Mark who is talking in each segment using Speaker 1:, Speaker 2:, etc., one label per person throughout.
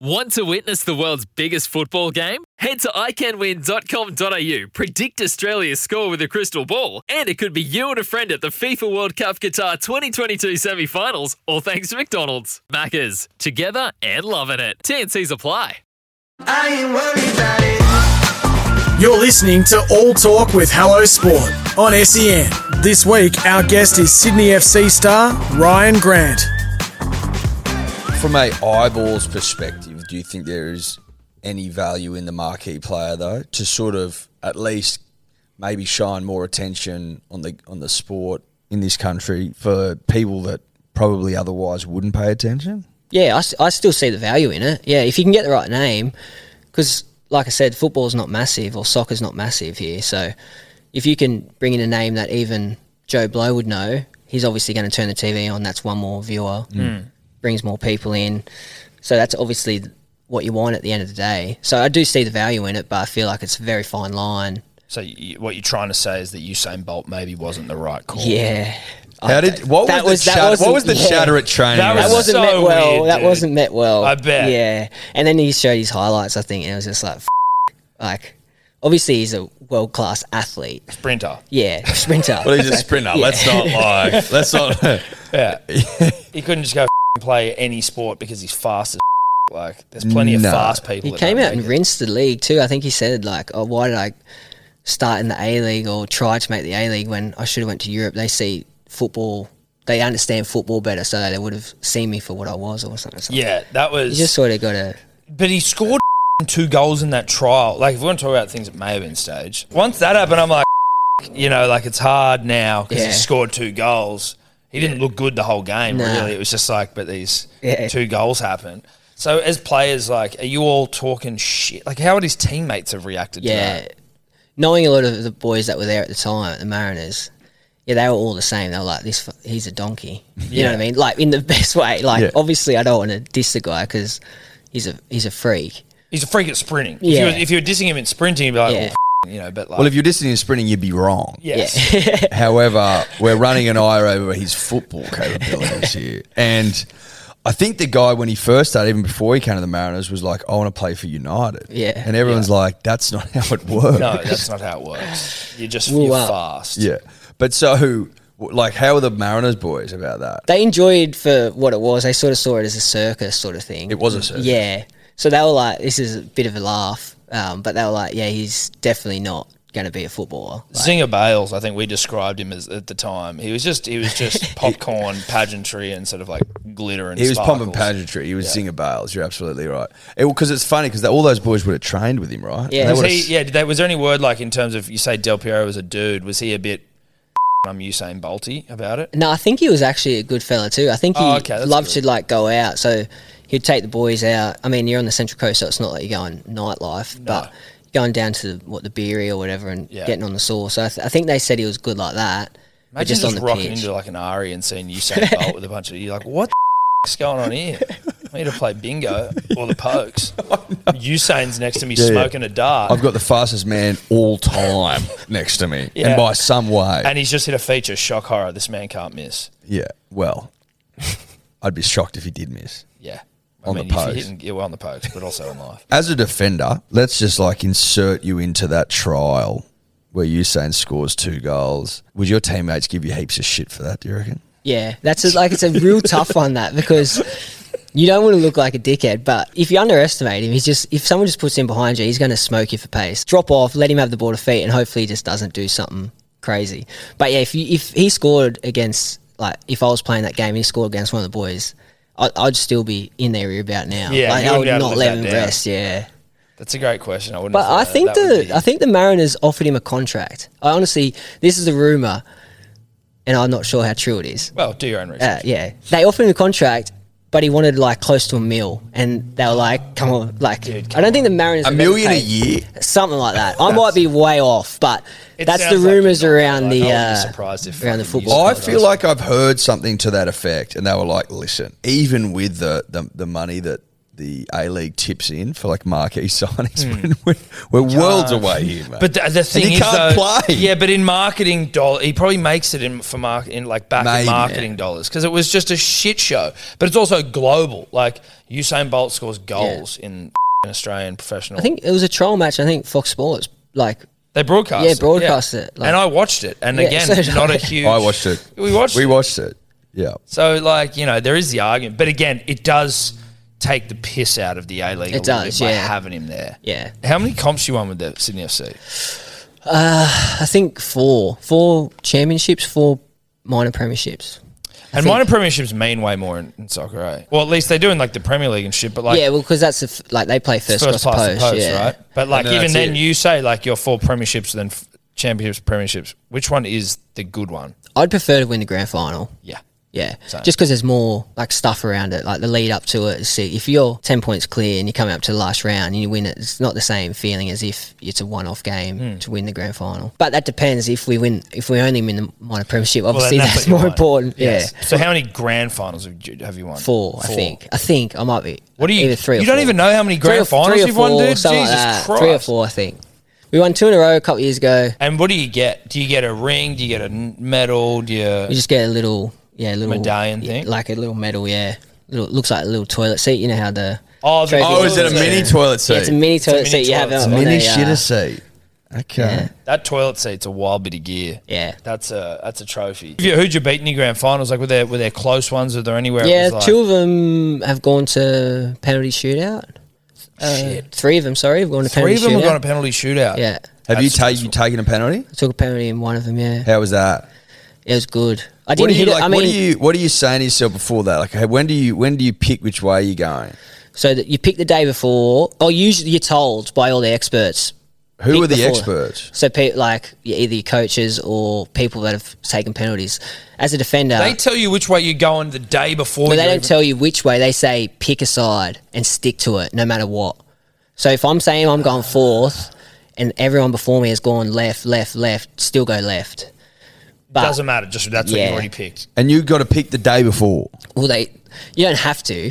Speaker 1: Want to witness the world's biggest football game? Head to iCanWin.com.au, predict Australia's score with a crystal ball, and it could be you and a friend at the FIFA World Cup Qatar 2022 semi finals, all thanks to McDonald's. Maccas, together and loving it. TNCs apply.
Speaker 2: I ain't worried about it.
Speaker 3: You're listening to All Talk with Hello Sport on SEN. This week, our guest is Sydney FC star Ryan Grant.
Speaker 4: From a eyeballs perspective, do you think there is any value in the marquee player though to sort of at least maybe shine more attention on the on the sport in this country for people that probably otherwise wouldn't pay attention?
Speaker 5: Yeah, I, s- I still see the value in it. Yeah, if you can get the right name, because like I said, football's not massive or soccer's not massive here. So if you can bring in a name that even Joe Blow would know, he's obviously going to turn the TV on. That's one more viewer, brings more people in. So that's obviously what you want at the end of the day. So I do see the value in it, but I feel like it's a very fine line.
Speaker 6: So you, what you're trying to say is that Usain Bolt maybe wasn't the right call.
Speaker 5: Yeah.
Speaker 4: How did what
Speaker 5: that
Speaker 4: was,
Speaker 5: was-
Speaker 4: the
Speaker 5: that
Speaker 4: shud- what
Speaker 5: wasn't-
Speaker 4: was the
Speaker 5: yeah.
Speaker 4: shudder at training?
Speaker 6: That
Speaker 4: round?
Speaker 5: That
Speaker 6: was
Speaker 5: wasn't
Speaker 6: so
Speaker 5: met well.
Speaker 6: weird,
Speaker 5: that
Speaker 6: dude.
Speaker 5: wasn't met well.
Speaker 6: I bet.
Speaker 5: Yeah. And then he showed his highlights, I think, and it was just like, F-. like, obviously he's a world class athlete.
Speaker 6: Sprinter.
Speaker 5: Yeah, sprinter.
Speaker 4: well, he's a sprinter. Let's not lie. Let's not.
Speaker 6: Yeah. he couldn't just go f***ing play any sport because he's fast as f***. like there's plenty of
Speaker 4: No.
Speaker 6: fast
Speaker 5: he
Speaker 6: people. that
Speaker 5: came
Speaker 6: don't
Speaker 5: out
Speaker 6: make
Speaker 5: and
Speaker 6: it.
Speaker 5: rinsed the league too. I think he said like, "Oh, why did I start in the A League or try to make the A League when I should have went to Europe?" They see football, they understand football better, so they would have seen me for what I was or something. something.
Speaker 6: Yeah, that
Speaker 5: you
Speaker 6: was.
Speaker 5: just sort of got to.
Speaker 6: but he scored f***ing two goals in that trial. Like if we want to talk about things that may have been staged, once that happened, I'm like, f***, you know, like it's hard now because
Speaker 5: Yeah.
Speaker 6: he scored two goals. He didn't look good the whole game.
Speaker 5: Nah.
Speaker 6: Really, it was just like, but these
Speaker 5: Yeah.
Speaker 6: two goals happened. So as players, like, are you all talking shit? Like, how would his teammates have reacted to
Speaker 5: Yeah.
Speaker 6: that?
Speaker 5: Knowing a lot of the boys that were there at the time, the Mariners, yeah, they were all the same. They were like, "This, f- he's a donkey." You know what I mean? Like in the best way. Like
Speaker 4: Yeah.
Speaker 5: obviously, I don't want to diss the guy because he's a he's a freak.
Speaker 6: He's a freak at sprinting. If,
Speaker 5: Yeah.
Speaker 6: you were, if you were dissing him in sprinting, you'd be like,
Speaker 5: Yeah.
Speaker 6: well, f- you know, but like,
Speaker 4: Well, if you're listening to sprinting, you'd be wrong.
Speaker 6: yes.
Speaker 4: However, we're running an eye over his football capabilities here. And I think the guy, when he first started, even before he came to the Mariners, was like, I want to play for United.
Speaker 5: Yeah.
Speaker 4: And everyone's like, that's not how it works.
Speaker 6: No, that's not how it works. You're just
Speaker 5: Woo
Speaker 6: you're
Speaker 5: up.
Speaker 6: fast.
Speaker 4: Yeah. But so, w- like, how are the Mariners boys about that?
Speaker 5: They enjoyed for what it was. They sort of saw it as a circus sort of thing.
Speaker 4: It was a circus.
Speaker 5: Yeah. So they were like, "This is a bit of a laugh," um, but they were like, "Yeah, he's definitely not going to be a footballer."
Speaker 6: Zinger Bales, I think we described him as at the time. He was just he was just popcorn pageantry and sort of like glitter and
Speaker 4: He was
Speaker 6: sparkles.
Speaker 4: pumping pageantry. He was zinger bales. You're absolutely right. Because it's funny because all those boys would have trained with him, right?
Speaker 5: Yeah.
Speaker 4: They
Speaker 6: Was
Speaker 4: would've
Speaker 6: he,
Speaker 4: s-
Speaker 6: yeah, did that, was there any word like in terms of you say Del Piero was a dude? Was he a bit? I'm Usain Bolty about it.
Speaker 5: No, I think he was actually a good fella too. I think he
Speaker 6: Oh, okay, that's
Speaker 5: loved
Speaker 6: good.
Speaker 5: to like go out, so he'd take the boys out. I mean, you're on the Central Coast, so it's not like you're going nightlife, but going down to the, what the beery or whatever and
Speaker 6: Yeah.
Speaker 5: getting on the sauce. So I, th- I think they said he was good like that, but
Speaker 6: Imagine
Speaker 5: just,
Speaker 6: just,
Speaker 5: on the
Speaker 6: rocking
Speaker 5: pitch.
Speaker 6: into like an Ari and seeing Usain Bolt with a bunch of you're like, what the is going on here? I need to play bingo or the pokes. Usain's next to me
Speaker 4: Oh, yeah.
Speaker 6: smoking a dart.
Speaker 4: I've got the fastest man all time next to me.
Speaker 6: Yeah.
Speaker 4: And by some way.
Speaker 6: And he's just hit a feature, shock horror. This man can't miss.
Speaker 4: Yeah. Well, I'd be shocked if he did miss.
Speaker 6: Yeah.
Speaker 4: On the
Speaker 6: if you're
Speaker 4: pokes.
Speaker 6: hitting- yeah, well, on the pokes, but also in life.
Speaker 4: As a defender, let's just like insert you into that trial where Usain scores two goals. Would your teammates give you heaps of shit for that? Do you reckon?
Speaker 5: Yeah, that's a, like it's a real tough one that because you don't want to look like a dickhead, but if you underestimate him, he's just if someone just puts him behind you, he's going to smoke you for pace. Drop off, let him have the ball to feet, and hopefully he just doesn't do something crazy. But yeah, if you, if he scored against like if I was playing that game, and he scored against one of the boys. I- I'd still be in their ear about now.
Speaker 6: Yeah,
Speaker 5: like,
Speaker 6: you
Speaker 5: I
Speaker 6: wouldn't
Speaker 5: would
Speaker 6: be able to
Speaker 5: not
Speaker 6: live
Speaker 5: let
Speaker 6: that
Speaker 5: him
Speaker 6: down.
Speaker 5: rest. Yeah,
Speaker 6: That's a great question. I wouldn't.
Speaker 5: but
Speaker 6: have thought
Speaker 5: I
Speaker 6: that.
Speaker 5: think
Speaker 6: That would
Speaker 5: the
Speaker 6: be-
Speaker 5: I think the Mariners offered him a contract. I honestly, this is a rumor, and I'm not sure how true it is.
Speaker 6: Well, do your own research.
Speaker 5: Uh, yeah, they offered him a contract, but he wanted like close to a mil, and they were like, "Come on, like
Speaker 6: Dude,
Speaker 5: I don't think the Mariners
Speaker 4: A
Speaker 5: have ever
Speaker 4: million a
Speaker 5: paid-
Speaker 4: year?
Speaker 5: something like that." I might be way off, but
Speaker 6: It
Speaker 5: that's the
Speaker 6: sounds like you're
Speaker 5: rumors
Speaker 6: not,
Speaker 5: around
Speaker 6: like, I
Speaker 5: the
Speaker 6: wouldn't be
Speaker 5: uh,
Speaker 6: surprised if
Speaker 5: around the
Speaker 6: fucking
Speaker 5: football.
Speaker 6: you-
Speaker 4: I feel like I've heard something to that effect, and they were like, "Listen, even with the the, the money that the A League tips in for like marquee signings, we're, we're worlds away here, mate."
Speaker 6: But uh, the, the thing
Speaker 4: and
Speaker 6: is,
Speaker 4: you can't
Speaker 6: though,
Speaker 4: play.
Speaker 6: yeah, but in marketing dollar, he probably makes it in for market in like back
Speaker 4: Maybe.
Speaker 6: in marketing dollars because it was just a shit show. But it's also global. Like Usain Bolt scores goals in an Australian professional.
Speaker 5: I think it was a trial match. I think Fox Sports like
Speaker 6: they broadcast.
Speaker 5: Yeah,
Speaker 6: it,
Speaker 5: broadcast it, like-
Speaker 6: and I watched it. And
Speaker 5: Yeah,
Speaker 6: again,
Speaker 5: so did
Speaker 6: not
Speaker 5: I.
Speaker 6: a huge.
Speaker 4: I watched it.
Speaker 6: We watched.
Speaker 4: We
Speaker 6: it.
Speaker 4: watched it. Yeah.
Speaker 6: So, like, you know, there is the argument, but again, it does take the piss out of the A League.
Speaker 5: It does,
Speaker 6: by
Speaker 5: yeah.
Speaker 6: having him there.
Speaker 5: Yeah.
Speaker 6: How many comps you won with the Sydney FC?
Speaker 5: I think four, four championships, four minor premierships.
Speaker 6: and minor premierships mean way more in, in soccer, right? Well, at least they do in like the Premier League and shit. But like,
Speaker 5: yeah, well, because that's the f- like they play
Speaker 6: it's
Speaker 5: first, first past post, yeah.
Speaker 6: right? But
Speaker 4: And
Speaker 6: like,
Speaker 4: then
Speaker 6: even
Speaker 4: that's
Speaker 6: then,
Speaker 4: it.
Speaker 6: you say like your four premierships, then f- championships, premierships. Which one is the good one?
Speaker 5: I'd prefer to win the grand final.
Speaker 6: Yeah.
Speaker 5: Yeah, Just 'cause
Speaker 6: Same.
Speaker 5: just because there's more like stuff around it, like the lead up to it. See, if you're ten points clear and you come up to the last round and you win it, it's not the same feeling as if it's a one-off game
Speaker 6: Hmm.
Speaker 5: to win the grand final. But that depends if we win, if we only win the minor premiership.
Speaker 6: Well,
Speaker 5: Obviously,
Speaker 6: then
Speaker 5: that's,
Speaker 6: what you
Speaker 5: more
Speaker 6: want.
Speaker 5: important.
Speaker 6: Yes.
Speaker 5: Yeah,
Speaker 6: So, how many grand finals have you, have you won?
Speaker 5: four, I think. I think I might be.
Speaker 6: What do you?
Speaker 5: Either three.
Speaker 6: you
Speaker 5: or
Speaker 6: don't
Speaker 5: four.
Speaker 6: even know how many
Speaker 5: Three
Speaker 6: grand
Speaker 5: or- three
Speaker 6: finals
Speaker 5: or
Speaker 6: you've won,
Speaker 5: four,
Speaker 6: dude. Jesus
Speaker 5: something like that.
Speaker 6: Christ!
Speaker 5: Three or four, I think. We won two in a row a couple years ago.
Speaker 6: And what do you get? Do you get a ring? Do you get a n- medal? Do you?
Speaker 5: You just get a little, yeah, little
Speaker 6: Medallion
Speaker 5: yeah,
Speaker 6: thing?
Speaker 5: like a little medal, yeah. Little, looks like a little toilet seat. You know how the
Speaker 6: Oh, the-
Speaker 5: trophy-
Speaker 4: Oh, is it a mini toilet seat?
Speaker 5: Yeah, it's a mini toilet
Speaker 6: mini
Speaker 5: seat. You have
Speaker 6: toilet
Speaker 5: it
Speaker 6: seat.
Speaker 5: on
Speaker 4: Mini
Speaker 5: a, uh,
Speaker 4: shitter seat. Okay.
Speaker 6: that toilet seat's a wild bit of gear.
Speaker 5: Yeah,
Speaker 6: That's a that's a trophy. Who'd you- Who'd you beat in your grand finals? Like were there were there close ones? Were there anywhere?
Speaker 5: yeah.
Speaker 6: it was
Speaker 5: two
Speaker 6: like,
Speaker 5: of them have gone to penalty shootout. Uh, Three of them, sorry, have gone to
Speaker 6: three
Speaker 5: penalty
Speaker 6: of them
Speaker 5: shootout.
Speaker 6: have gone to penalty shootout.
Speaker 5: yeah,
Speaker 4: Have you,
Speaker 6: That's
Speaker 4: ta- you taken a penalty?
Speaker 5: took a penalty in one of them. Yeah,
Speaker 4: How was that?
Speaker 5: it was good. I
Speaker 4: What
Speaker 5: didn't
Speaker 4: do you
Speaker 5: hit
Speaker 4: like?
Speaker 5: it. I
Speaker 4: what do
Speaker 5: mean,
Speaker 4: you What are you saying to yourself before that? Like, hey, when do you when do you pick which way you're going?
Speaker 5: so that you pick the day before, or usually you're told by all the experts
Speaker 4: Who
Speaker 5: Pick
Speaker 4: are the
Speaker 5: before.
Speaker 4: experts?
Speaker 5: So, pe- like yeah, either your coaches or people that have taken penalties. As a defender,
Speaker 6: They tell you which way you're going the day before.
Speaker 5: but they
Speaker 6: you're
Speaker 5: don't
Speaker 6: even-
Speaker 5: tell you which way. They say pick a side and stick to it, no matter what. So, if I'm saying I'm going fourth, and everyone before me has gone left, left, left, still go left. But
Speaker 6: Doesn't matter. Just that's what
Speaker 5: Yeah.
Speaker 6: you already picked.
Speaker 4: And you've got to pick the day before.
Speaker 5: well, they you don't have to,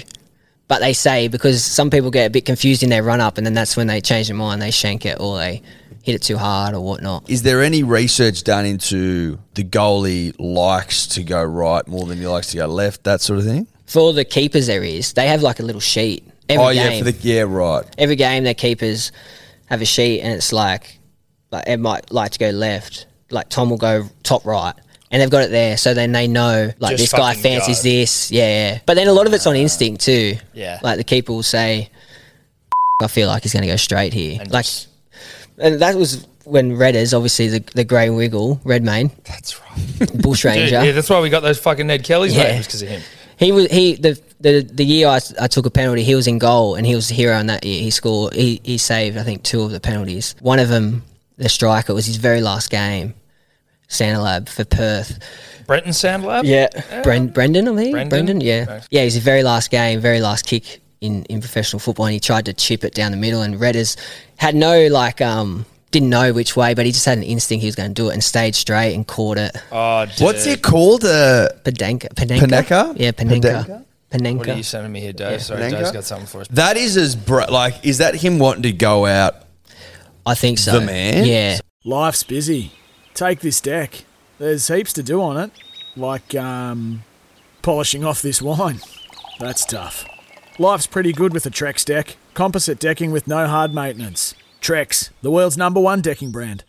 Speaker 5: but they say because some people get a bit confused in their run up, and then that's when they change their mind. They shank it or they hit it too hard or whatnot.
Speaker 4: Is there any research done into the goalie likes to go right more than he likes to go left? That sort of thing.
Speaker 5: For the keepers, there is they have like a little sheet. Every
Speaker 4: oh
Speaker 5: game.
Speaker 4: yeah, for the yeah right.
Speaker 5: every game their keepers have a sheet and it's like like Ed might like to go left, like Tom will go top right. And they've got it there, so then they know like
Speaker 6: Just
Speaker 5: this guy
Speaker 6: fucking
Speaker 5: fancies
Speaker 6: go.
Speaker 5: this, yeah, yeah. But then a lot of it's on instinct too.
Speaker 6: Yeah.
Speaker 5: like the keeper will say, "I feel like he's going to go straight here."
Speaker 6: And
Speaker 5: like,
Speaker 6: just-
Speaker 5: and that was when Redders, obviously the the grey wiggle, Redmayne,
Speaker 6: That's right.
Speaker 5: bush
Speaker 6: Dude,
Speaker 5: ranger,
Speaker 6: yeah, that's why we got those fucking Ned Kellys.
Speaker 5: Yeah.
Speaker 6: Yeah. because of him.
Speaker 5: He was he the the the year I, I took a penalty. He was in goal and he was the hero in that year. He scored. He he saved I think two of the penalties. One of them, the striker, was his very last game. Santalab for Perth.
Speaker 6: Brenton Sandlab.
Speaker 5: Bren, Brendan, I think.
Speaker 6: Brendan?
Speaker 5: Brendan, yeah.
Speaker 6: Nice.
Speaker 5: Yeah, his very last game, very last kick in, in professional football, and he tried to chip it down the middle. And Redders had no, like, um, didn't know which way, but he just had an instinct he was going to do it and stayed straight and caught it.
Speaker 6: Oh, dude.
Speaker 4: What's it called? Uh,
Speaker 5: Penenka. Penenka?
Speaker 4: Panenka?
Speaker 5: Yeah, Penenka. Penenka.
Speaker 6: What are you sending me here, Dave? Sorry,
Speaker 4: Penenka?
Speaker 6: Dave's got something for us.
Speaker 4: that is as br- like is that him wanting to go out?
Speaker 5: I think so.
Speaker 4: The man?
Speaker 5: Yeah.
Speaker 3: Life's busy. Take this deck. There's heaps to do on it, like um, polishing off this wine. That's tough. Life's pretty good with a Trex deck. Composite decking with no hard maintenance. Trex, the world's number one decking brand.